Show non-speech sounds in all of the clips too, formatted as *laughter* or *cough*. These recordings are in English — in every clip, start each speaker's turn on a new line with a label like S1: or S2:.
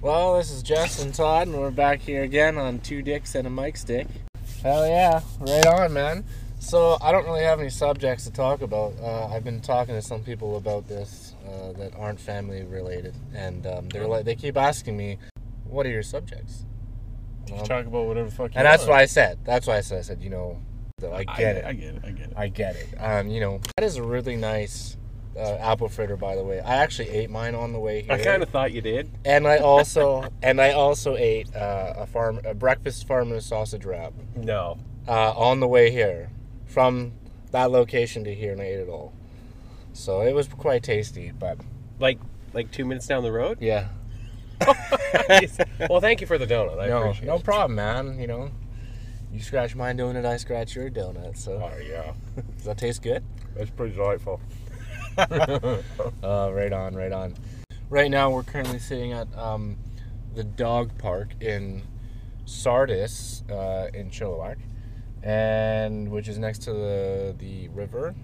S1: Well, this is Justin Todd, and we're back here again on Two Dicks and a Mic Stick. Hell yeah, right on, man. So, I don't really have any subjects to talk about. Uh, I've been talking to some people about this uh, that aren't family related, and um, they're like, they keep asking me, What are your subjects?
S2: You
S1: Um,
S2: can talk about whatever the fuck. You
S1: and that's
S2: want.
S1: why I said, That's why I said, I said, You know, that I get it.
S2: I get it. I get it.
S1: I get it. Um, you know, that is a really nice uh, apple fritter, by the way. I actually ate mine on the way here.
S2: I kind of thought you did.
S1: And I also and I also ate uh, a farm a breakfast farmer's sausage wrap
S2: No.
S1: uh, on the way here, from that location to here, and I ate it all. So it was quite tasty, but
S3: like like two minutes down the
S1: *laughs*
S3: road. *laughs*
S1: yeah,
S3: well, thank you for the donut. I
S1: no,
S3: appreciate
S1: no
S3: it.
S1: problem, man. You know, you scratch my donut, I scratch your donut. So
S2: Oh yeah,
S1: does that taste good?
S2: that's
S1: *laughs*
S2: pretty delightful.
S1: Uh, right on, right on. Right now, we're currently sitting at um, the dog park in Sardis uh, in Chilliwack, and which is next to the the river,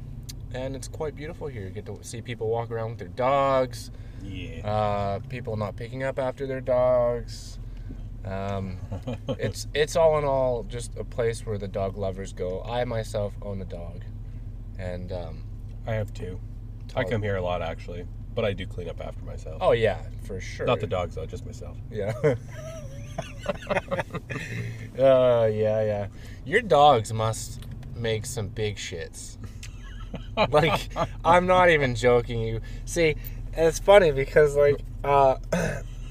S1: and it's quite beautiful here. You get to see people walk around with their dogs,
S2: Yeah.
S1: uh, people not picking up after their dogs. Um, it's it's all in all just a place where the dog lovers go. I myself own a dog, and um,
S2: I have two.
S3: Oh.
S2: I come here a lot actually, but I do clean up after myself.
S1: oh yeah, for sure.
S2: Not the dogs though, just myself.
S1: Yeah. *laughs* uh, yeah, yeah. Your dogs must make some big shits. like, I'm not even joking you. See, and it's funny because, like, uh,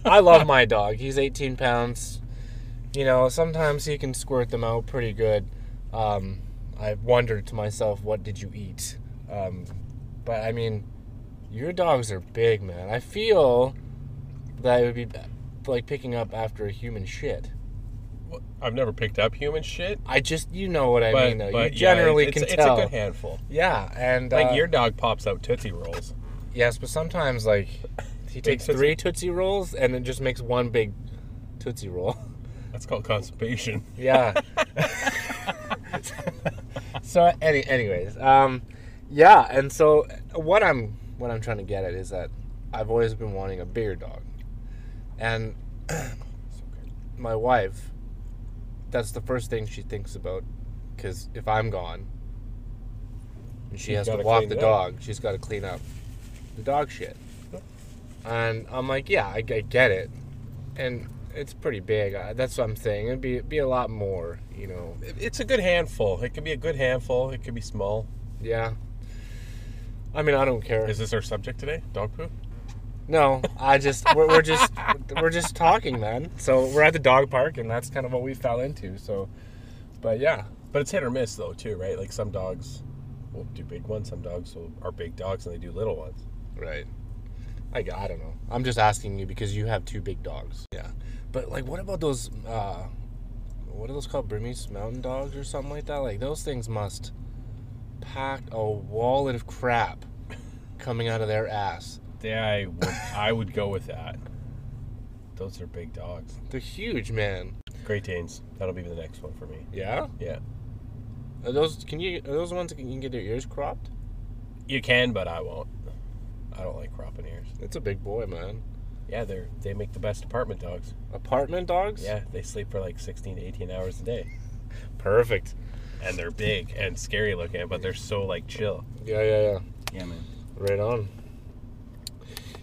S1: I love my dog. He's 18 pounds. You know, sometimes he can squirt them out pretty good. Um, I wondered to myself, what did you eat? Um, but I mean, your dogs are big, man. I feel that it would be like picking up after a human shit.
S2: Well, I've never picked up human shit.
S1: I just, you know what I
S2: but,
S1: mean, though.
S2: but,
S1: you
S2: yeah,
S1: generally
S2: it's,
S1: can
S2: it's,
S1: tell.
S2: It's a good handful.
S1: Yeah, and uh,
S2: Like your dog pops out tootsie rolls.
S1: yes, but sometimes like he takes
S2: Tootsie-
S1: three tootsie rolls and it just makes one big tootsie roll. *laughs*
S2: That's called constipation.
S1: Yeah. *laughs* so any, anyways, um, yeah, and so what I'm what I'm trying to get at is that I've always been wanting a bigger dog, and my wife, that's the first thing she thinks about, because if I'm gone, and she
S2: She's
S1: has to
S2: gotta
S1: walk
S2: clean
S1: the
S2: it up.
S1: dog, she's got to clean up the dog shit, and I'm like, yeah, I, I get it, and it's pretty big. I, that's what I'm saying. It'd be be a lot more, you know.
S2: It- It's a good handful. It could be a good handful. It could be small.
S1: Yeah. I mean, I don't care.
S2: Is this our subject today? Dog poo?
S1: No, I just we're, we're just we're just talking, man. So we're at the dog park, and that's kind of what we fell into. So, but yeah,
S2: But it's hit or miss though too, right? Like some dogs will do big ones, some dogs will, are big dogs and they do little ones.
S1: right. I g- I don't know. I'm just asking you because you have two big dogs. Yeah. But like, what about those? uh What are those called? Burmese mountain dogs or something like that? Like those things must pack a wallet of crap coming out of their ass.
S2: Yeah, I would, I would go with that. Those are big dogs.
S1: They're huge, man.
S2: Great Danes. That'll be the next one for me.
S1: Yeah.
S2: Yeah.
S1: Are those can you are those ones that can, you can get their ears cropped?
S2: You can, but I won't. I don't like cropping ears.
S1: It's a big boy, man.
S2: Yeah, they're they make the best apartment dogs.
S1: Apartment dogs?
S2: Yeah, they sleep for like 16 to 18 hours a day.
S1: Perfect.
S2: And they're big and scary looking, but they're so like chill.
S1: Yeah, yeah, yeah.
S2: Yeah, man.
S1: Right on.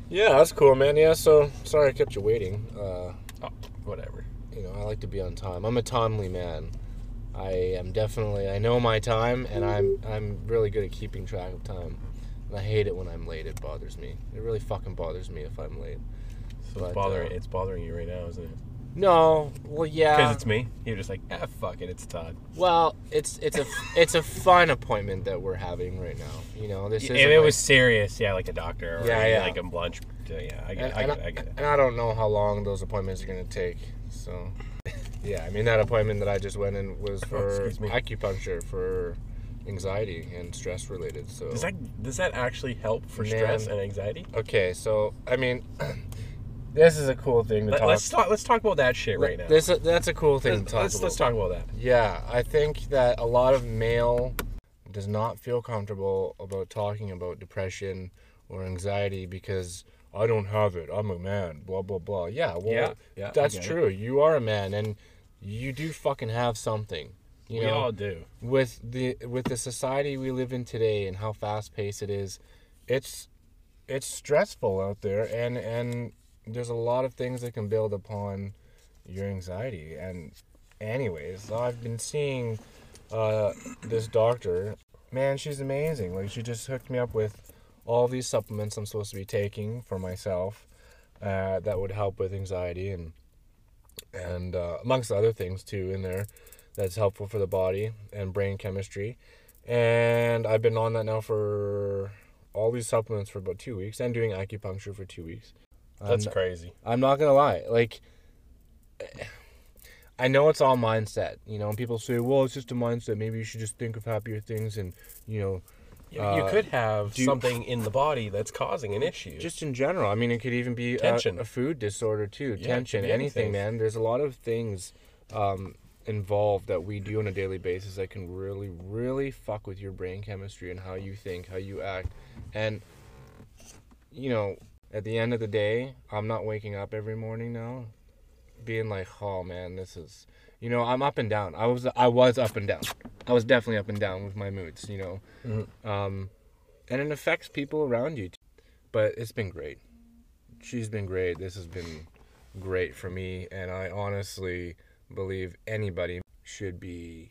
S1: Yeah, that's cool, man. Yeah, so sorry I kept you waiting. Uh,
S2: Oh, whatever.
S1: you know, I like to be on time. I'm a timely man. I am definitely I know my time and I'm I'm really good at keeping track of time. And I hate it when I'm late. It bothers me. It really fucking bothers me if I'm late.
S2: So
S1: But,
S2: it's bothering
S1: uh,
S2: it's bothering you right now, isn't it?
S1: No, well
S2: Because
S1: yeah.
S2: it's me. You're just like, ah, fuck it, it's Todd.
S1: well, it's it's a it's a fun appointment that we're having right now. You know, this is
S2: if it was serious, yeah, like a doctor or
S1: Yeah, yeah.
S2: like a lunch. uh, Yeah, I
S1: and,
S2: get, I
S1: and
S2: get, I
S1: *laughs*
S2: get it.
S1: and I don't know how long those appointments are going to take. So, *laughs* yeah, I mean that appointment that I just went in was for
S2: Oh, excuse me.
S1: acupuncture for anxiety and stress related. So
S2: Does that does that actually help for
S1: Man.
S2: stress and anxiety?
S1: okay, so I mean, *clears throat* this is a cool thing to
S2: Let,
S1: talk.
S2: us talk. Let's talk about that shit right now.
S1: This that's a cool thing
S2: let's,
S1: to talk
S2: let's,
S1: about.
S2: let's talk about that.
S1: Yeah, I think that a lot of male does not feel comfortable about talking about depression or anxiety because I don't have it. I'm a man. Blah blah blah. Yeah. Well,
S2: Yeah, yeah, I
S1: that's
S2: get it.
S1: true. You are a man, and you do fucking have something. You
S2: we
S1: know,
S2: all do.
S1: with the with the society we live in today and how fast paced it is, it's it's stressful out there, and and there's a lot of things that can build upon your anxiety. And anyways, I've been seeing uh, this doctor. Man, she's amazing. Like she just hooked me up with all these supplements I'm supposed to be taking for myself uh, that would help with anxiety and and uh, amongst other things too in there that's helpful for the body and brain chemistry. And I've been on that now for all these supplements for about two weeks and doing acupuncture for two weeks.
S2: That's
S1: I'm,
S2: crazy.
S1: I'm not gonna lie. Like, I know it's all mindset. You know, and people say, "Well, it's just a mindset. Maybe you should just think of happier things." And you know,
S2: You, you could have
S1: uh, do-
S2: something in the body that's causing an issue.
S1: just in general. I mean, it could even be a-
S2: Tension.
S1: A, food disorder too.
S2: could
S1: Tension,
S2: be
S1: anything,
S2: anything.
S1: man. There's a lot of things um, involved that we do on a daily basis that can really, really fuck with your brain chemistry and how you think, how you act, and you know, at the end of the day, I'm not waking up every morning now, being like, oh man, this is. You know, I'm up and down. I was I was up and down. I was definitely up and down with my moods. You know, um, and it affects people around you. Too. But it's been great she's been great. This has been great for me, and I honestly believe anybody should be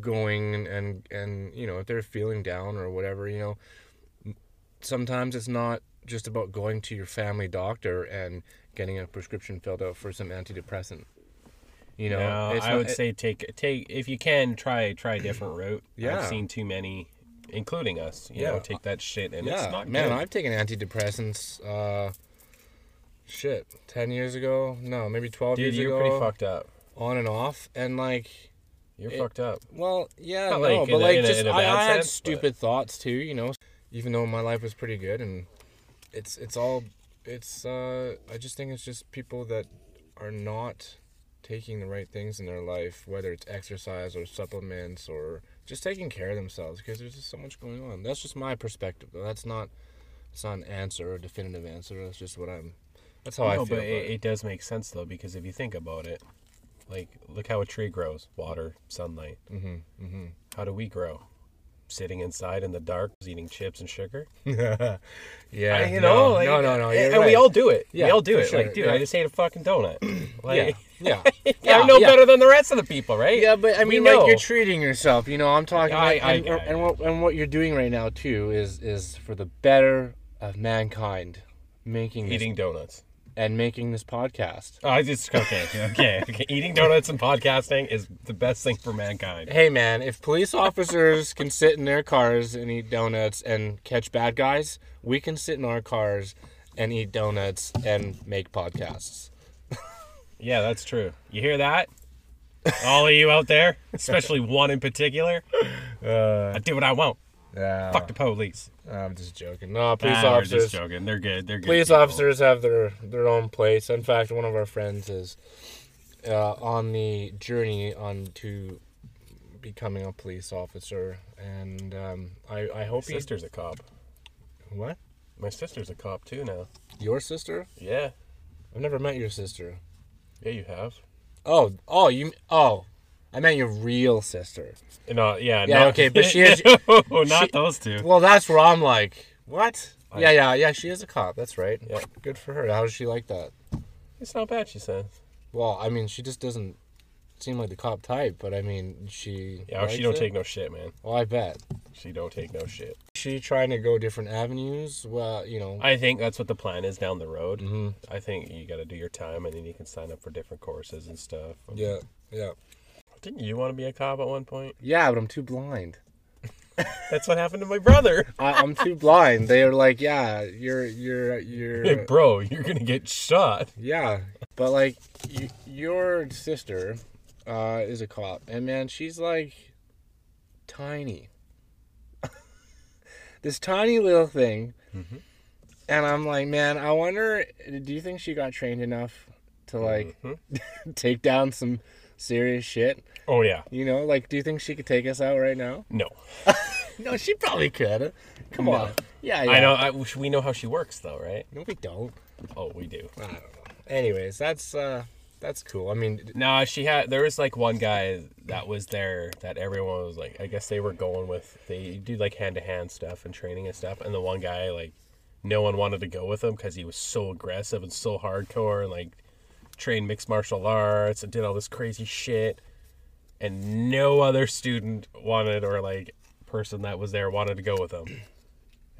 S1: going and and you know if they're feeling down or whatever, you know, sometimes it's not just about going to your family doctor and getting a prescription filled out for some antidepressant. You know,
S2: no,
S1: it's
S2: I
S1: not-
S2: would
S1: it-
S2: say take take if you can try try a
S1: *clears throat*
S2: different route.
S1: Yeah.
S2: I've seen too many, including us. You
S1: Yeah.
S2: know, take that shit and
S1: yeah,
S2: it's not
S1: man,
S2: good.
S1: I've taken antidepressants. Uh, shit, ten years ago? No, maybe twelve
S2: Dude,
S1: years
S2: you're
S1: ago.
S2: pretty fucked up.
S1: on and off and like
S2: You're
S1: It-
S2: fucked up.
S1: well yeah
S2: Not
S1: no
S2: like
S1: but
S2: in a-
S1: like
S2: in a-
S1: just
S2: in a
S1: I,
S2: bad
S1: I had
S2: sense, but-
S1: stupid thoughts too you know even though my life was pretty good and it's it's all it's uh I just think it's just people that are not taking the right things in their life whether it's exercise or supplements or just taking care of themselves because there's just so much going on that's just my perspective though that's not it's not an answer or a definitive answer that's just what I'm that's how Oh, I
S2: no,
S1: feel
S2: but
S1: about
S2: it,
S1: it.
S2: it does make sense though because if you think about it, like look how a tree grows: water, sunlight. Mm-hmm, mm-hmm. How do we grow? Sitting inside in the dark, eating chips and sugar.
S1: yeah
S2: you
S1: no,
S2: know, like,
S1: no no no
S2: and,
S1: you're
S2: and we
S1: right.
S2: all do it.
S1: Yeah,
S2: we all do
S1: for
S2: it.
S1: sure,
S2: Like, dude,
S1: yeah.
S2: I just ate a fucking donut.
S1: *clears throat*
S2: Like,
S1: yeah yeah
S2: *laughs* I know
S1: yeah.
S2: better than the rest of the people, right?
S1: Yeah, but I
S2: We
S1: mean,
S2: know.
S1: like you're treating yourself. You know, I'm talking,
S2: I-
S1: like,
S2: I
S1: and,
S2: get it.
S1: and what and what you're doing right now too is is for the better of mankind, making this,
S2: eating donuts.
S1: and making this podcast.
S2: Oh, I just okay, okay, okay. Eating donuts and podcasting is the best thing for mankind.
S1: Hey man, if police officers can sit in their cars and eat donuts and catch bad guys, we can sit in our cars and eat donuts and make podcasts.
S2: Yeah, that's true. You hear that? All of you out there, especially one in particular,
S1: Uh,
S2: I do what I want.
S1: Yeah,
S2: Fuck the police.
S1: I'm just joking. No, police
S2: Nah, we're
S1: officers.
S2: just joking. They're good. They're good.
S1: police
S2: people.
S1: officers have their their own place. In fact, one of our friends is uh, on the journey on to becoming a police officer, and um, I I hope
S2: My sister's a cop.
S1: he what
S2: My sister's a cop too now.
S1: your sister.
S2: Yeah,
S1: I've never met your sister.
S2: yeah, you have.
S1: Oh oh you oh. I meant your real sister.
S2: No, yeah,
S1: Yeah,
S2: not-
S1: okay, but
S2: *laughs*
S1: she is-
S2: no, not
S1: she-
S2: those two.
S1: Well, that's where I'm like, what? yeah, yeah, yeah. She is a cop. That's right.
S2: Yeah.
S1: Good for her. How does she like that?
S2: It's not bad. She says.
S1: Well, I mean, she just doesn't seem like the cop type, but I mean, she.
S2: Yeah, she
S1: likes
S2: don't
S1: it?
S2: take no shit, man.
S1: Well, I bet.
S2: She don't take no shit.
S1: she trying to go different avenues well you know
S2: I think that's what the plan is down the road.
S1: Mm.
S2: Mm-hmm. I think you got to do your time, and then you can sign up for different courses and stuff.
S1: yeah yeah
S2: Didn't you want to be a cop at one point?
S1: yeah but i'm too blind
S2: That's what happened to my *laughs* brother.
S1: I, i'm too blind they're like yeah you're you're
S2: *laughs*
S1: you're
S2: Bro, you're gonna get shot.
S1: yeah but like y- your sister uh is a cop and man she's like tiny *laughs* this tiny little thing and i'm like man i wonder do you think she got trained enough to like
S2: Mm-hmm.
S1: *laughs* take down some serious shit
S2: Oh yeah.
S1: You know, *laughs* like, do you think she could take us out right now?
S2: No.
S1: No, she probably could. Come on. Yeah,
S2: I know. I, we know how she works, though, right?
S1: No, we don't.
S2: Oh, we do.
S1: I don't know. Anyways, that's uh, that's cool. I mean, d-
S2: No, she had. There was like one guy that was there that everyone was like. I guess they were going with. They do like hand to hand stuff and training and stuff. And the one guy like, no one wanted to go with him because he was so aggressive and so hardcore and like, trained mixed martial arts and did all this crazy shit. And no other student wanted or like person that was there wanted to go with him. *clears throat*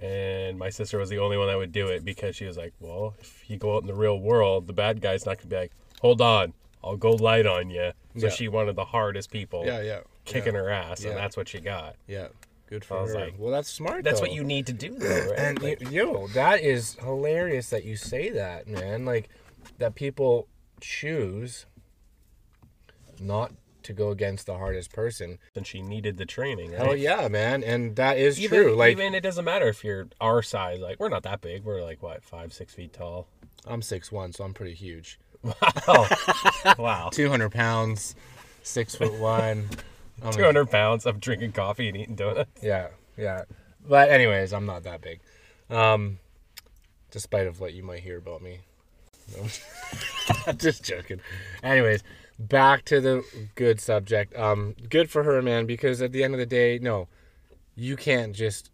S2: And my sister was the only one that would do it because she was like, well, if you go out in the real world, the bad guy's not going to be like, hold on, I'll go light on you. So
S1: Yeah.
S2: she wanted the hardest people
S1: yeah, yeah,
S2: kicking
S1: yeah,
S2: her ass,
S1: Yeah.
S2: and that's what she got.
S1: Yeah, good
S2: I
S1: for
S2: was
S1: her.
S2: like,
S1: well, that's smart.
S2: That's
S1: though.
S2: what you need to do,
S1: *clears throat*
S2: though, right?
S1: And you,
S2: Like,
S1: yo, that is hilarious that you say that, man. Like that people choose not to go against the hardest person.
S2: and she needed the training. Right?
S1: Hell yeah, man. And that is
S2: Even,
S1: true. Like
S2: even it doesn't matter if you're our size. Like we're not that big. We're like what five, six
S1: *laughs*
S2: feet tall.
S1: I'm six one, so I'm pretty huge. *laughs*
S2: Oh, wow.
S1: Two hundred pounds, six foot one. I'm a-
S2: Two hundred pounds of drinking coffee and eating donuts.
S1: Yeah, yeah. But anyways, I'm not that big. Um despite of what you might hear about me. *laughs* No. Just joking. Anyways, back to the good subject. Um good for her, man, because at the end of the day, no. You can't just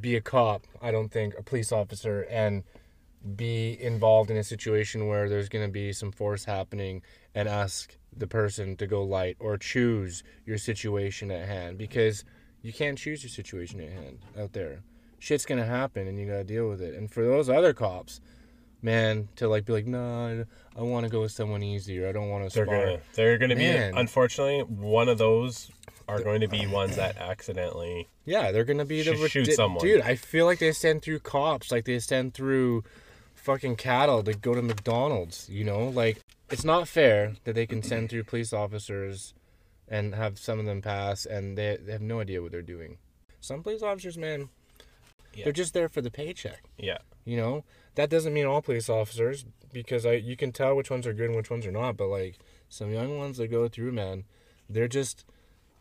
S1: be a cop, I don't think, a police officer and be involved in a situation where there's going to be some force happening and ask the person to go light or choose your situation at hand because you can't choose your situation at hand out there. Shit's going to happen and you got to deal with it. And for those other cops, man, to like be like, no, I want to go with someone easier. I don't want to
S2: They're
S1: spar.
S2: gonna. They're gonna
S1: Man.
S2: be. Unfortunately, one of those are going to be ones that accidentally.
S1: Yeah, they're gonna be the
S2: Should shoot
S1: ridi-
S2: someone.
S1: dude. I feel like they send through cops, like they send through fucking cattle to go to McDonald's. You know, like it's not fair that they can send through police officers and have some of them pass, and they, they have no idea what they're doing. Some police officers, man,
S2: Yeah.
S1: they're just there for the paycheck.
S2: Yeah.
S1: You know, that doesn't mean all police officers because I you can tell which ones are good and which ones are not. But like some young ones that go through, man, they're just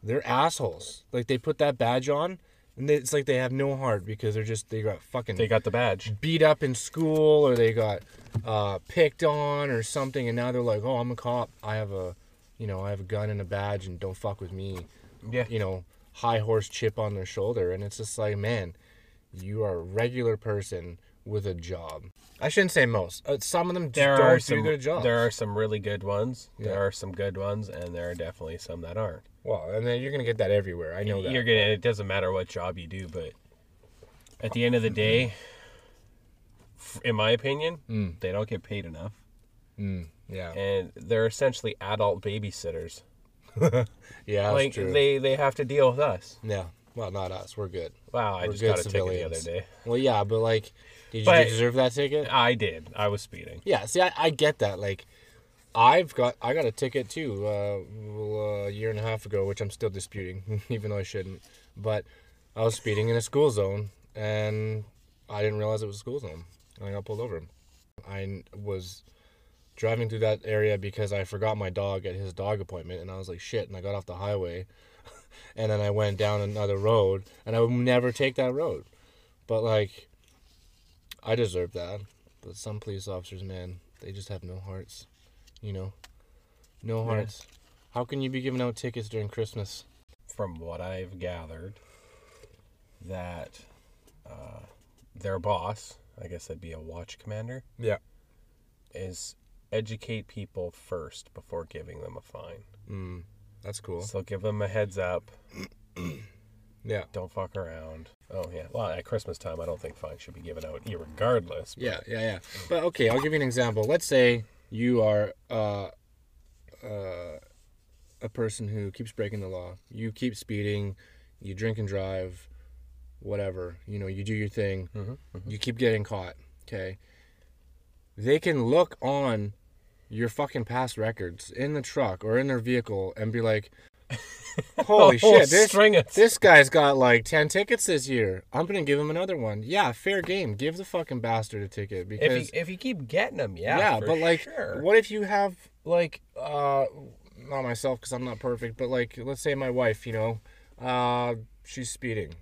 S1: they're assholes. Like they put that badge on, and they, it's like they have no heart because they're just they got fucking
S2: They got the badge.
S1: beat up in school or they got uh, picked on or something, and now they're like, oh, I'm a cop. I have a, you know, I have a gun and a badge, and don't fuck with me
S2: Yeah.
S1: you know, high horse chip on their shoulder. And it's just like, man, you are a regular person with a job. I shouldn't say most. Uh, some of them just
S2: There
S1: don't
S2: are
S1: do
S2: some.
S1: their job.
S2: There are some really good ones.
S1: Yeah.
S2: There are some good ones, and there are definitely some that aren't.
S1: well, and then you're gonna get that everywhere. I know that.
S2: You're gonna. It doesn't matter what job you do, but at the end of the day, f- in my opinion,
S1: Mm.
S2: they don't get paid enough,
S1: yeah,
S2: and they're essentially adult babysitters.
S1: yeah, that's
S2: like
S1: true.
S2: they they have to deal with us.
S1: yeah, well, not us. We're good.
S2: Wow, I
S1: We're
S2: just
S1: good
S2: got a ticket the other
S1: civilians.
S2: day.
S1: Well, yeah, but like, did you
S2: But-
S1: deserve that ticket?
S2: I did. I was speeding.
S1: Yeah, see, I, I get that. Like, I've got I got a ticket too, uh, well, a year and a half ago, which I'm still disputing, *laughs* even though I shouldn't. But I was speeding in a school zone, and I didn't realize it was a school zone, and I got pulled over. I n- was driving through that area because I forgot my dog at his dog appointment, and I was like, shit, and I got off the highway, *laughs* and then I went down another road, and I would never take that road. But like, I deserve that. But some police officers, man, they just have no hearts. You know? No hearts. How can you be giving out tickets during Christmas?
S2: From what I've gathered, that uh, their boss, I guess that'd be a watch commander,
S1: Yeah.
S2: is educate people first before giving them a fine.
S1: Mm. That's cool.
S2: So give them a heads up.
S1: *clears throat* Yeah.
S2: Don't fuck around. Oh yeah. Well, at Christmas time, I don't think fines should be given out, regardless.
S1: Yeah, yeah, yeah. But okay, I'll give you an example. Let's say you are uh, uh, a person who keeps breaking the law. You keep speeding, you drink and drive, whatever. You know, you do your thing. You keep getting caught. Okay. They can look on your fucking past records in the truck or in their vehicle and be like, "Holy
S2: whole
S1: shit, this
S2: Oh, string of-
S1: this guy's got like 10 tickets this year. I'm going to give him another one. Yeah, fair game. Give the fucking bastard a ticket
S2: If
S1: because
S2: you, if you keep getting them, yeah.
S1: yeah,
S2: for
S1: but like
S2: sure.
S1: what if you have like uh not myself cuz I'm not perfect, but like let's say my wife, you know, uh she's speeding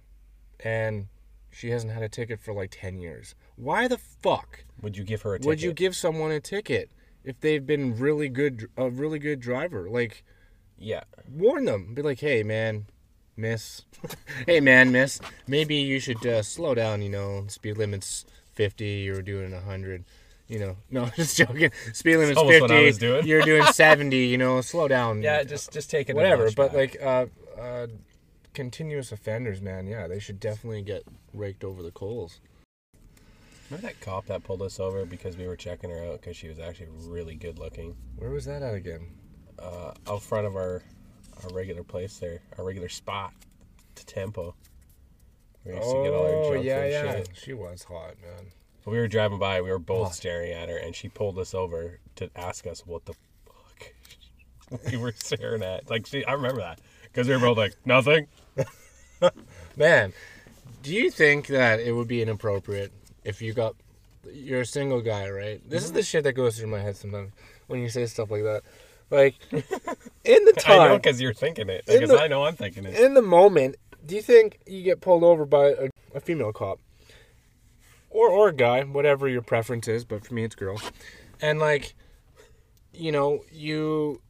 S1: and She hasn't had a ticket for like 10 years. Why the fuck
S2: Would you give her a ticket?
S1: would you give someone a ticket if they've been really good a really good driver? Like
S2: Yeah.
S1: warn them. Be like, "Hey man, miss. *laughs* hey man, miss, maybe you should uh, slow down, you know. Speed limit's 50, you're doing 100." You know, *laughs* no, just joking. Speed limit's
S2: almost what I
S1: 50.
S2: was doing.
S1: You're *laughs* doing 70, you know, slow down.
S2: Yeah, just just take it. a
S1: whatever.
S2: notch
S1: But
S2: back.
S1: like uh, uh, continuous offenders, man, yeah, they should definitely get raked over the coals.
S2: remember that cop that pulled us over because we were checking her out because she was actually really good looking.
S1: Where was that at again?
S2: Uh, out front of our our regular place there, our regular spot, to Tempo. We used to get all our junk
S1: Oh, yeah,
S2: and
S1: yeah.
S2: shit.
S1: She was hot, man.
S2: But we were driving by, we were both
S1: Oh.
S2: staring at her, and she pulled us over to ask us what the fuck *laughs* we were staring at. Like, she, I remember that because we were both like, nothing.
S1: Man, do you think that it would be inappropriate if you got you're a single guy, right? This
S2: Mm-hmm.
S1: is the shit that goes through my head sometimes when you say stuff like that. Like *laughs* in the time
S2: I know because you're thinking it.
S1: In
S2: Because
S1: the-
S2: I know I'm thinking it.
S1: in the moment, do you think you get pulled over by a, a female cop or or a guy, whatever your preference is, but for me it's girl. And like you know, you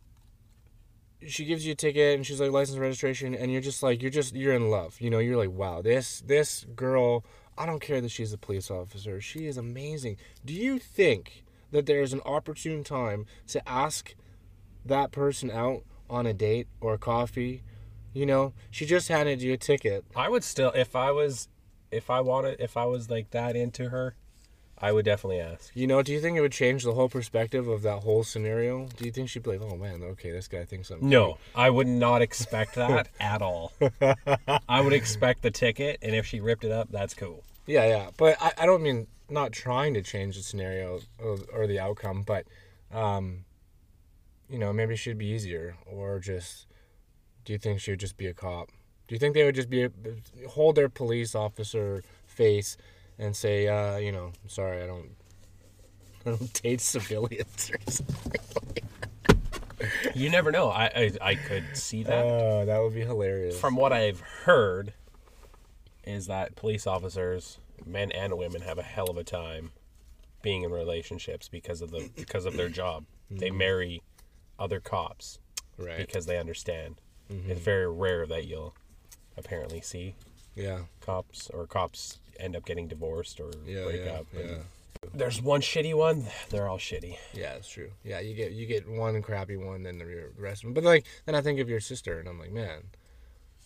S1: she gives you a ticket and she's like license and registration and you're just like you're just you're in love. You know, you're like wow, this this girl, I don't care that she's a police officer. She is amazing. Do you think that there is an opportune time to ask that person out on a date or a coffee. You know, she just handed you a ticket.
S2: I would still, if I was, if I wanted, if I was like that into her, I would definitely ask.
S1: You know, do you think it would change the whole perspective of that whole scenario? Do you think she'd be like, "Oh man, okay, this guy thinks I'm
S2: No, I would
S1: *laughs*
S2: not expect that at all. I would expect the ticket, and if she ripped it up, that's cool.
S1: Yeah, yeah, but I, I don't mean not trying to change the scenario or, or the outcome, but um, you know, maybe it should be easier. Or just, do you think she would just be a cop? Do you think they would just be hold their police officer face and say, uh, you know, sorry, I don't, *laughs* I don't date civilians. or something?
S2: You never know. I I, I could see that.
S1: Oh, that would be hilarious.
S2: From what I've heard, is that police officers, men and women, have a hell of a time being in relationships because of the because of their job. They marry other cops.
S1: Mm-hmm. right? Mm-hmm.
S2: because they understand. It's very rare that you'll apparently see
S1: Yeah.
S2: cops or cops end up getting divorced or
S1: Yeah.
S2: break
S1: yeah,
S2: up. and-
S1: yeah.
S2: There's one shitty one. They're all shitty.
S1: Yeah, it's true. Yeah, you get you get one crappy one, then the re- the rest of them. But like, then I think of your sister, and I'm like, man,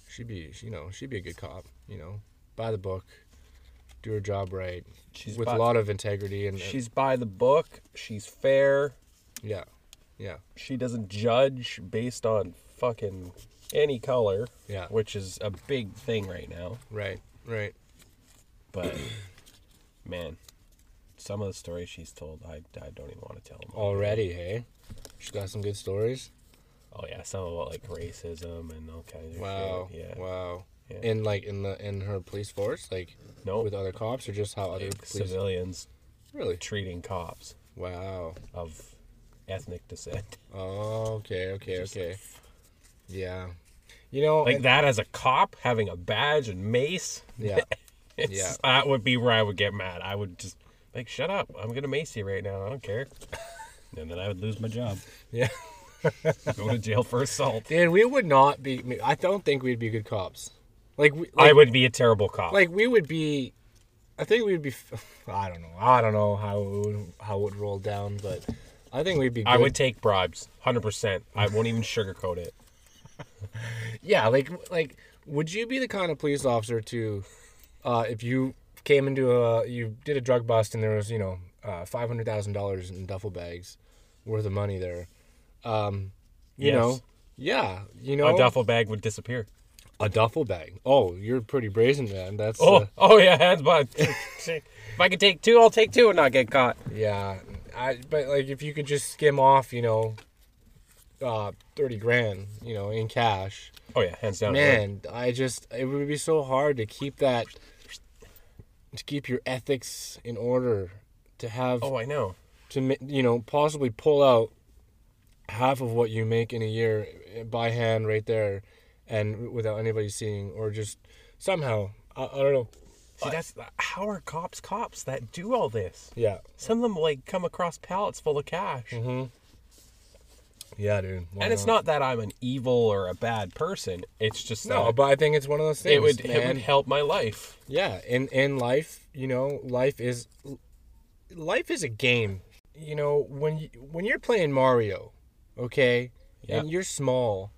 S1: she'd be, she, you know, she'd be a good cop. You know, by the book, do her job right,
S2: She's
S1: with
S2: bi-
S1: a lot of integrity, and and-
S2: She's by the book. She's fair.
S1: yeah, yeah,
S2: She doesn't judge based on fucking any color,
S1: Yeah.
S2: which is a big thing right now.
S1: right, right.
S2: But *coughs* man, some of the stories she's told, I, I don't even want to tell them.
S1: Already, hey, she got some good stories.
S2: Oh yeah, some about like racism and all kinds of
S1: Wow,
S2: shit. Yeah.
S1: wow.
S2: Yeah.
S1: In like in the in her police force, like
S2: Nope.
S1: with other cops, or just how other
S2: like
S1: police
S2: civilians
S1: really.
S2: treating cops
S1: Wow.
S2: of ethnic descent. *laughs*
S1: Oh, okay, okay,
S2: Just
S1: okay. Yeah. You know,
S2: Like
S1: and-
S2: that as a cop having a badge and mace.
S1: *laughs*
S2: *laughs*
S1: yeah.
S2: It's,
S1: Yeah.
S2: That would be where I would get mad. I would just like shut up. I'm gonna mace you right now. I don't care. *laughs* and then I would lose my job.
S1: Yeah.
S2: Go to jail for assault.
S1: Dude, we would not be. I don't think we'd be good cops. Like, we, like,
S2: I would be a terrible cop.
S1: like we would be. I think we'd be. *laughs* I don't know. I don't know how it would, how it would roll down, but I think we'd be. Good.
S2: I would take bribes, hundred percent. I won't even sugarcoat it.
S1: Yeah, like like would you be the kind of police officer to, uh, if you came into a you did a drug bust and there was you know uh, five hundred thousand dollars in duffel bags worth of money there, um, you
S2: Yes.
S1: know. Yeah, you know
S2: A duffel bag would disappear.
S1: a duffel bag. Oh, you're pretty brazen, man. That's
S2: Oh,
S1: uh,
S2: oh yeah, that's my. *laughs* if I could take two, I'll take two and not get caught.
S1: Yeah, I but like if you could just skim off, you know, uh, thirty grand, you know, in cash,
S2: Oh yeah, hands down.
S1: man, I just it would be so hard to keep that, to keep your ethics in order, to have
S2: Oh, I know.
S1: to ma- you know possibly pull out half of what you make in a year eh, by hand right there, and without anybody seeing, or just somehow I, I don't know,
S2: See, that's how are cops cops that do all this?
S1: Yeah.
S2: Some of them like come across pallets full of cash,
S1: Mm-hmm. Yeah, dude. Why
S2: and it's not that I'm an evil or a bad person. It's just that
S1: No, but I think it's one of those things.
S2: it would it
S1: man.
S2: would help my life.
S1: yeah in in life you know life is life is a game you know when you, when you're playing mario okay
S2: Yeah.
S1: and you're small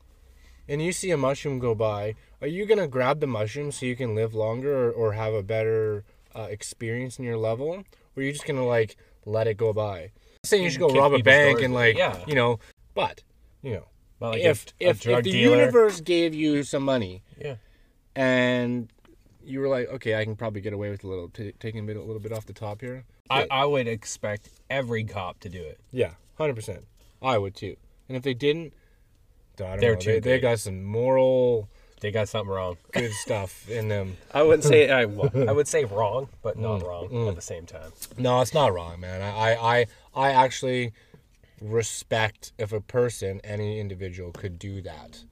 S1: and you see a mushroom go by are you gonna grab the mushroom so you can live longer or, or have a better uh, experience in your level or are you just gonna like let it go by I'm saying you should go
S2: Kick
S1: rob a
S2: people's
S1: bank
S2: doors
S1: and
S2: in.
S1: like
S2: Yeah.
S1: you know but you know
S2: But like
S1: if
S2: a, a
S1: if,
S2: drug
S1: if the
S2: dealer,
S1: universe gave you some money
S2: yeah,
S1: and you were like, okay, I can probably get away with a little t- taking a, bit, a little bit off the top here.
S2: I, I would expect every cop to do it.
S1: Yeah, hundred percent. I would too. And if they didn't, I don't
S2: They're
S1: know.
S2: too
S1: They, they
S2: good.
S1: got some moral
S2: They got something wrong.
S1: good stuff in them.
S2: I wouldn't say I,
S1: *laughs*
S2: well, I would say wrong, but not
S1: Mm.
S2: wrong at the same time.
S1: No, it's not wrong, man. I I I, I actually respect if a person, any individual, could do that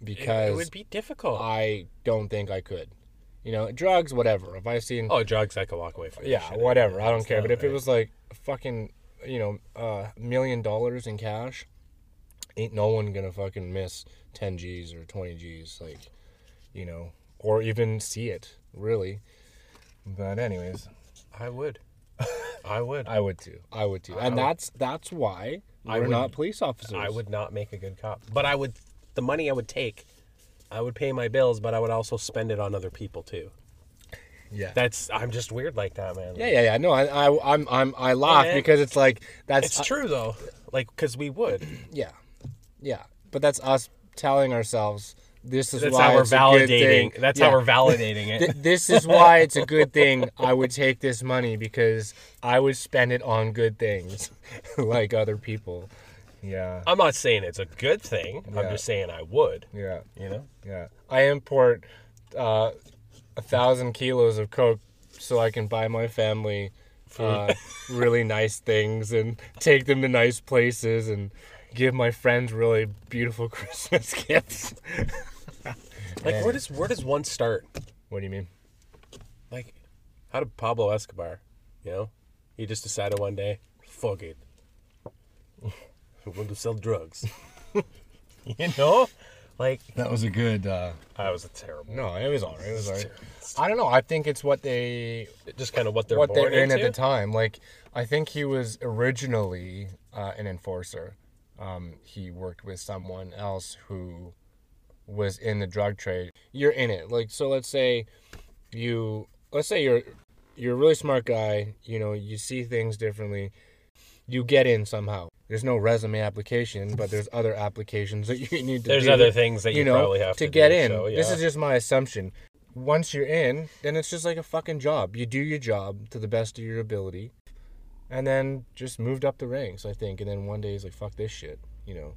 S2: It
S1: because
S2: would be difficult.
S1: I don't think I could. You know, drugs, whatever. If I seen
S2: oh, drugs I could walk away from.
S1: Yeah,
S2: Shit.
S1: whatever. I don't care.
S2: not
S1: But if it
S2: right.
S1: was like a fucking, you know, a million dollars in cash, ain't no one gonna fucking miss ten G's or twenty G's, like, you know, or even see it really. But anyways,
S2: I *laughs* would. I would. I,
S1: I would too. I would too. And that's that's why we're
S2: would-
S1: not police officers.
S2: would not make a good cop, but I would. The money I would take, I would pay my bills, but I would also spend it on other people too.
S1: Yeah.
S2: That's I'm just weird like that, man.
S1: yeah, yeah, yeah. No, I, I, I'm, I'm, I laugh
S2: man.
S1: because it's like that's uh,
S2: It's true though, like because we would.
S1: Yeah, yeah, but that's us telling ourselves this is
S2: That's
S1: why
S2: how we're
S1: it's a good thing.
S2: validating. That's how
S1: Yeah.
S2: we're validating *laughs*
S1: Th-
S2: it.
S1: this is why it's a good thing I would take this money because I would spend it on good things, *laughs* like other people. Yeah,
S2: I'm not saying it's a good thing.
S1: Yeah.
S2: I'm just saying I would.
S1: yeah,
S2: You know.
S1: yeah. I import uh, a thousand kilos of coke so I can buy my family *laughs* uh, really nice things and take them to nice places and give my friends really beautiful *laughs* Christmas gifts.
S2: Like where does where does one start?
S1: what do you mean?
S2: Like, how did Pablo Escobar? You know, he just decided one day, fuck it, *laughs* I'm going to sell drugs. *laughs* you know, like
S1: That was a good. Uh...
S2: I was a terrible.
S1: No, it was alright. It was alright. I don't know. I think it's what they
S2: Just kind of what they're
S1: what
S2: born
S1: they're in at
S2: into.
S1: the time. Like, I think he was originally uh, an enforcer. Um, he worked with someone else who was in the drug trade. You're in it. Like, so let's say you let's say you're you're a really smart guy. You know, you see things differently. You get in somehow. There's no resume application, but there's other applications that *laughs* you need to.
S2: There's
S1: do
S2: other things that you, probably have to,
S1: get
S2: do,
S1: in.
S2: so,
S1: This
S2: yeah.
S1: is just my assumption. Once you're in, then it's just like a fucking job. You do your job to the best of your ability, and then just moved up the ranks, I think. And then one day he's like, "Fuck this shit," you know.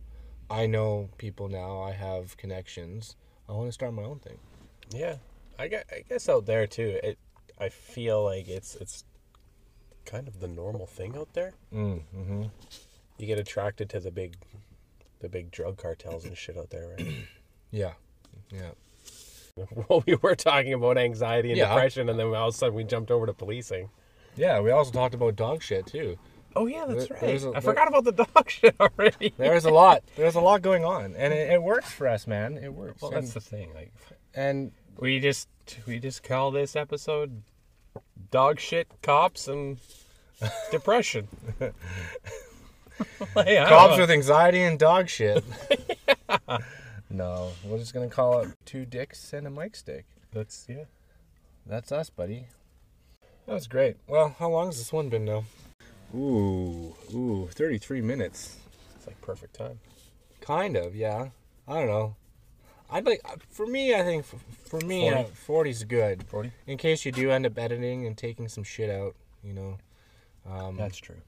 S1: I know people now. I have connections. I want to start my own thing.
S2: Yeah, I guess, I guess out there too. It, I feel like it's it's kind of the normal thing out there. Mm, mm-hmm. You get attracted to the big, the big drug cartels and shit out there, right?
S1: Yeah, yeah,
S2: *laughs* well, we were talking about anxiety and
S1: Yeah.
S2: depression, and then all of a sudden we jumped over to policing.
S1: yeah. We also talked about dog shit *laughs* too.
S2: Oh yeah, that's
S1: There-
S2: right.
S1: there's
S2: I
S1: a- there-
S2: forgot about the dog *laughs* shit already.
S1: There's a lot. There's a lot going on, and it, it works for us, man. It works.
S2: Well,
S1: and,
S2: that's the thing. Like,
S1: and
S2: we just we just call this episode "Dog Shit Cops and *laughs* Depression." *laughs* Like, I don't
S1: Cops
S2: know.
S1: with anxiety and dog *laughs* shit. No, we're just gonna call it two dicks and a mic stick.
S2: That's yeah.
S1: That's us, buddy. That was great. Well, how long has this one been now? Ooh, ooh, 33 minutes.
S2: It's like perfect time.
S1: Kind of, yeah. I don't know. I'd like for me. I think f- for me,
S2: 40?
S1: uh, 40's good.
S2: 40?
S1: In case you do end up editing and taking some shit out, you know.
S2: That's true.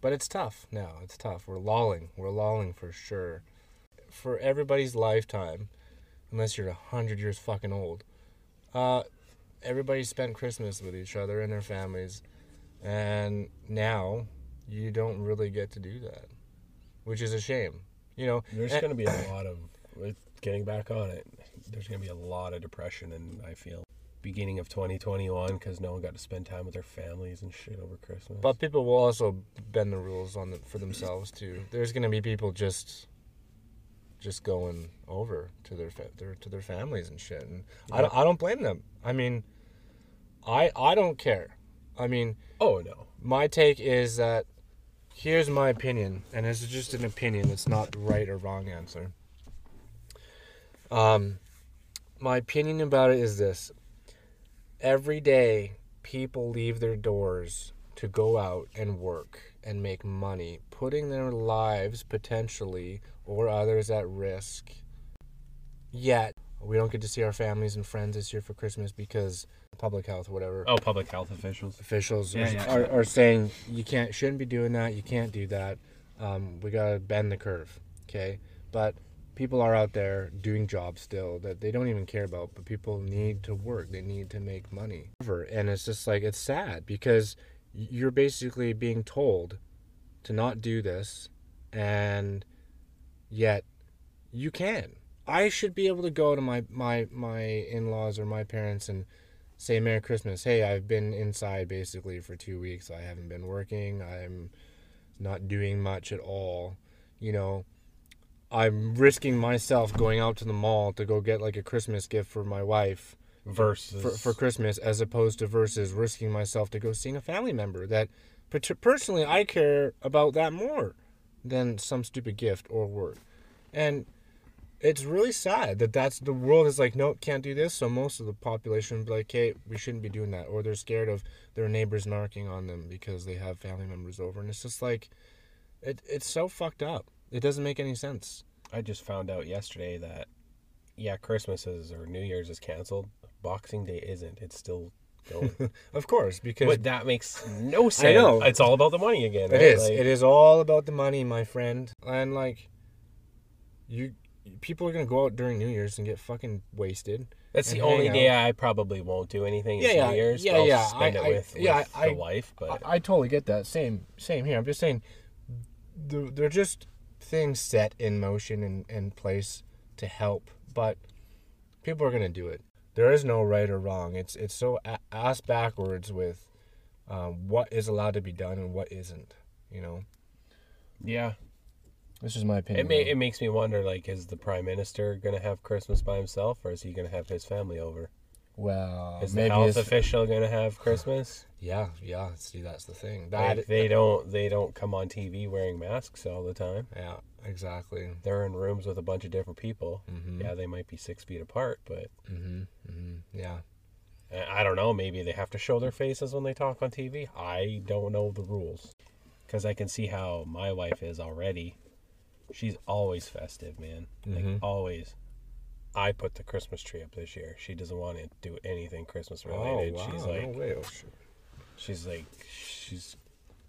S1: But it's tough now. It's tough. We're lolling. We're lolling for sure. For everybody's lifetime, unless you're a hundred years fucking old, uh, everybody spent Christmas with each other and their families, and now you don't really get to do that, which is a shame. You know,
S2: There's
S1: eh,
S2: gonna be a lot of with getting back on it. There's gonna be a lot of depression, and I feel beginning of 2021 because no one got to spend time with their families and shit over Christmas.
S1: But people will also bend the rules on the, for themselves too. There's gonna be people just, just going over to their, fa- their to their families and shit. And I, don't, I don't blame them. I mean, I I don't care. I mean,
S2: oh no,
S1: my take is that here's my opinion, and this is just an opinion. It's not right or wrong answer. Um, my opinion about it is this: every day, people leave their doors to go out and work and make money, putting their lives potentially or others at risk. Yet we don't get to see our families and friends this year for Christmas because public health, whatever
S2: oh public health officials.
S1: officials
S2: Yeah,
S1: are,
S2: yeah.
S1: Are, are saying you can't shouldn't be doing that you can't do that um, we gotta bend the curve okay but people are out there doing jobs still that they don't even care about but people need to work they need to make money and it's just like it's sad because you're basically being told to not do this and yet you can i should be able to go to my my my in-laws or my parents and say merry christmas hey i've been inside basically for two weeks i haven't been working i'm not doing much at all you know i'm risking myself going out to the mall to go get like a christmas gift for my wife
S2: versus
S1: for, for Christmas as opposed to versus risking myself to go seeing a family member that per- personally I care about that more than some stupid gift or word. And it's really sad that that's the world is like, no, can't do this. So most of the population would be like, hey, we shouldn't be doing that. Or they're scared of their neighbors narking on them because they have family members over. And it's just like, it, it's so fucked up. It doesn't make any sense.
S2: I just found out yesterday that yeah, Christmas is or New Year's is canceled. Boxing Day isn't. It's still
S1: *laughs*
S2: going.
S1: Of course, because
S2: but that makes no sense.
S1: know.
S2: It's all about the money again.
S1: It
S2: right?
S1: is.
S2: Like,
S1: it is all about the money, my friend. And like, you, people are gonna go out during New Year's and get fucking wasted.
S2: That's the
S1: and
S2: only
S1: hang
S2: day I probably won't do anything. is
S1: Yeah, yeah,
S2: New Year's.
S1: yeah,
S2: I'll
S1: yeah,
S2: Spend
S1: I-
S2: it
S1: I-
S2: with,
S1: yeah,
S2: with
S1: I-
S2: the wife, but
S1: I, I totally get that. Same, same here. I'm just saying, they're, they're just things set in motion and in place to help, but people are gonna do it. There is no right or wrong. It's it's so a- ass backwards with um, what is allowed to be done and what isn't. You know,
S2: yeah,
S1: this is my opinion.
S2: it may, it makes me wonder. Like, is the prime minister gonna have Christmas by himself, or is he gonna have his family over?
S1: well,
S2: Is
S1: Uh, maybe
S2: the health
S1: it's-
S2: official gonna have Christmas?
S1: yeah, yeah. See, that's the thing. That
S2: They, they don't. They don't come on TV wearing masks all the time.
S1: Yeah, exactly.
S2: They're in rooms with a bunch of different people.
S1: Mm-hmm.
S2: Yeah, they might be six feet apart, but
S1: Yeah.
S2: I I don't know. Maybe they have to show their faces when they talk on TV. I don't know the rules, because I can see how my wife is already. She's always festive, man. Like always. I put the Christmas tree up this year. She doesn't want to do anything Christmas related. She's like,
S1: way. Oh, shit.
S2: she's like, she's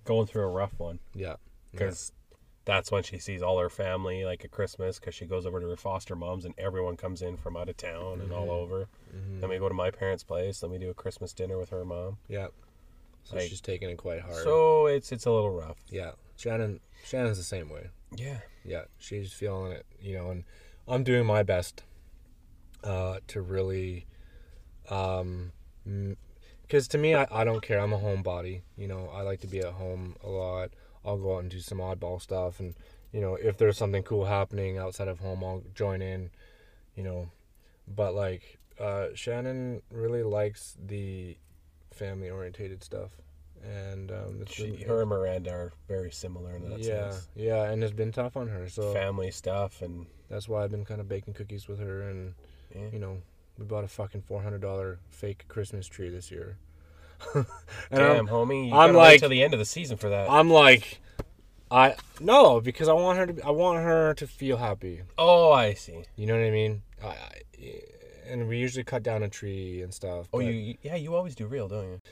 S2: going through a rough one
S1: Yeah.
S2: because that's when she sees all her family like at christmas because she goes over to her foster mom's and everyone comes in from out of town and
S1: Mm-hmm.
S2: all over then we go to my parents place then we do a christmas dinner with her mom
S1: Yeah. So
S2: Like-
S1: she's taking it quite hard.
S2: so it's it's a little rough
S1: yeah, Shannon. Shannon's the same way.
S2: yeah
S1: Yeah, she's feeling it. You know, and I'm doing my best uh, to really, um, because to me, I, I don't care. I'm a homebody. You know, I like to be at home a lot. I'll go out and do some oddball stuff, and you know, if there's something cool happening outside of home, I'll join in. You know, but like uh, Shannon really likes the family orientated stuff, and um, it's
S2: she,
S1: really-
S2: her and miranda are very similar in that
S1: yeah,
S2: sense
S1: yeah, and it's been tough on her. So
S2: family stuff and
S1: that's why I've been kind of baking cookies with her, and
S2: Yeah.
S1: you know, we bought a fucking four hundred dollar fake Christmas tree this year. *laughs* and I'm,
S2: damn homie you
S1: I'm
S2: gotta wait
S1: like-
S2: till the end of the season for that
S1: I'm like, I no, because I want her to. be- I want her to feel happy.
S2: oh i see
S1: You know what I mean? I, I, and we usually cut down a tree and stuff.
S2: oh
S1: but-
S2: you, you yeah you always do real don't you *laughs*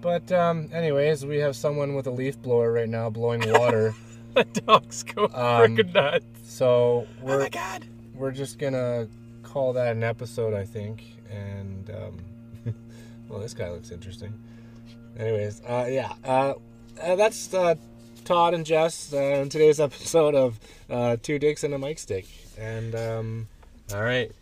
S1: But um, anyways, we have someone with a leaf blower right now blowing
S2: *laughs*
S1: water.
S2: the dog's go
S1: Um,
S2: freaking nuts
S1: so we're
S2: oh my god
S1: we're just gonna call that an episode, I think. And um, *laughs* well, this guy looks interesting. Anyways, uh, yeah, uh, uh, that's uh, Todd and Jess uh, *laughs* in today's episode of uh, Two Dicks and a Mic Stick. And um,
S2: all right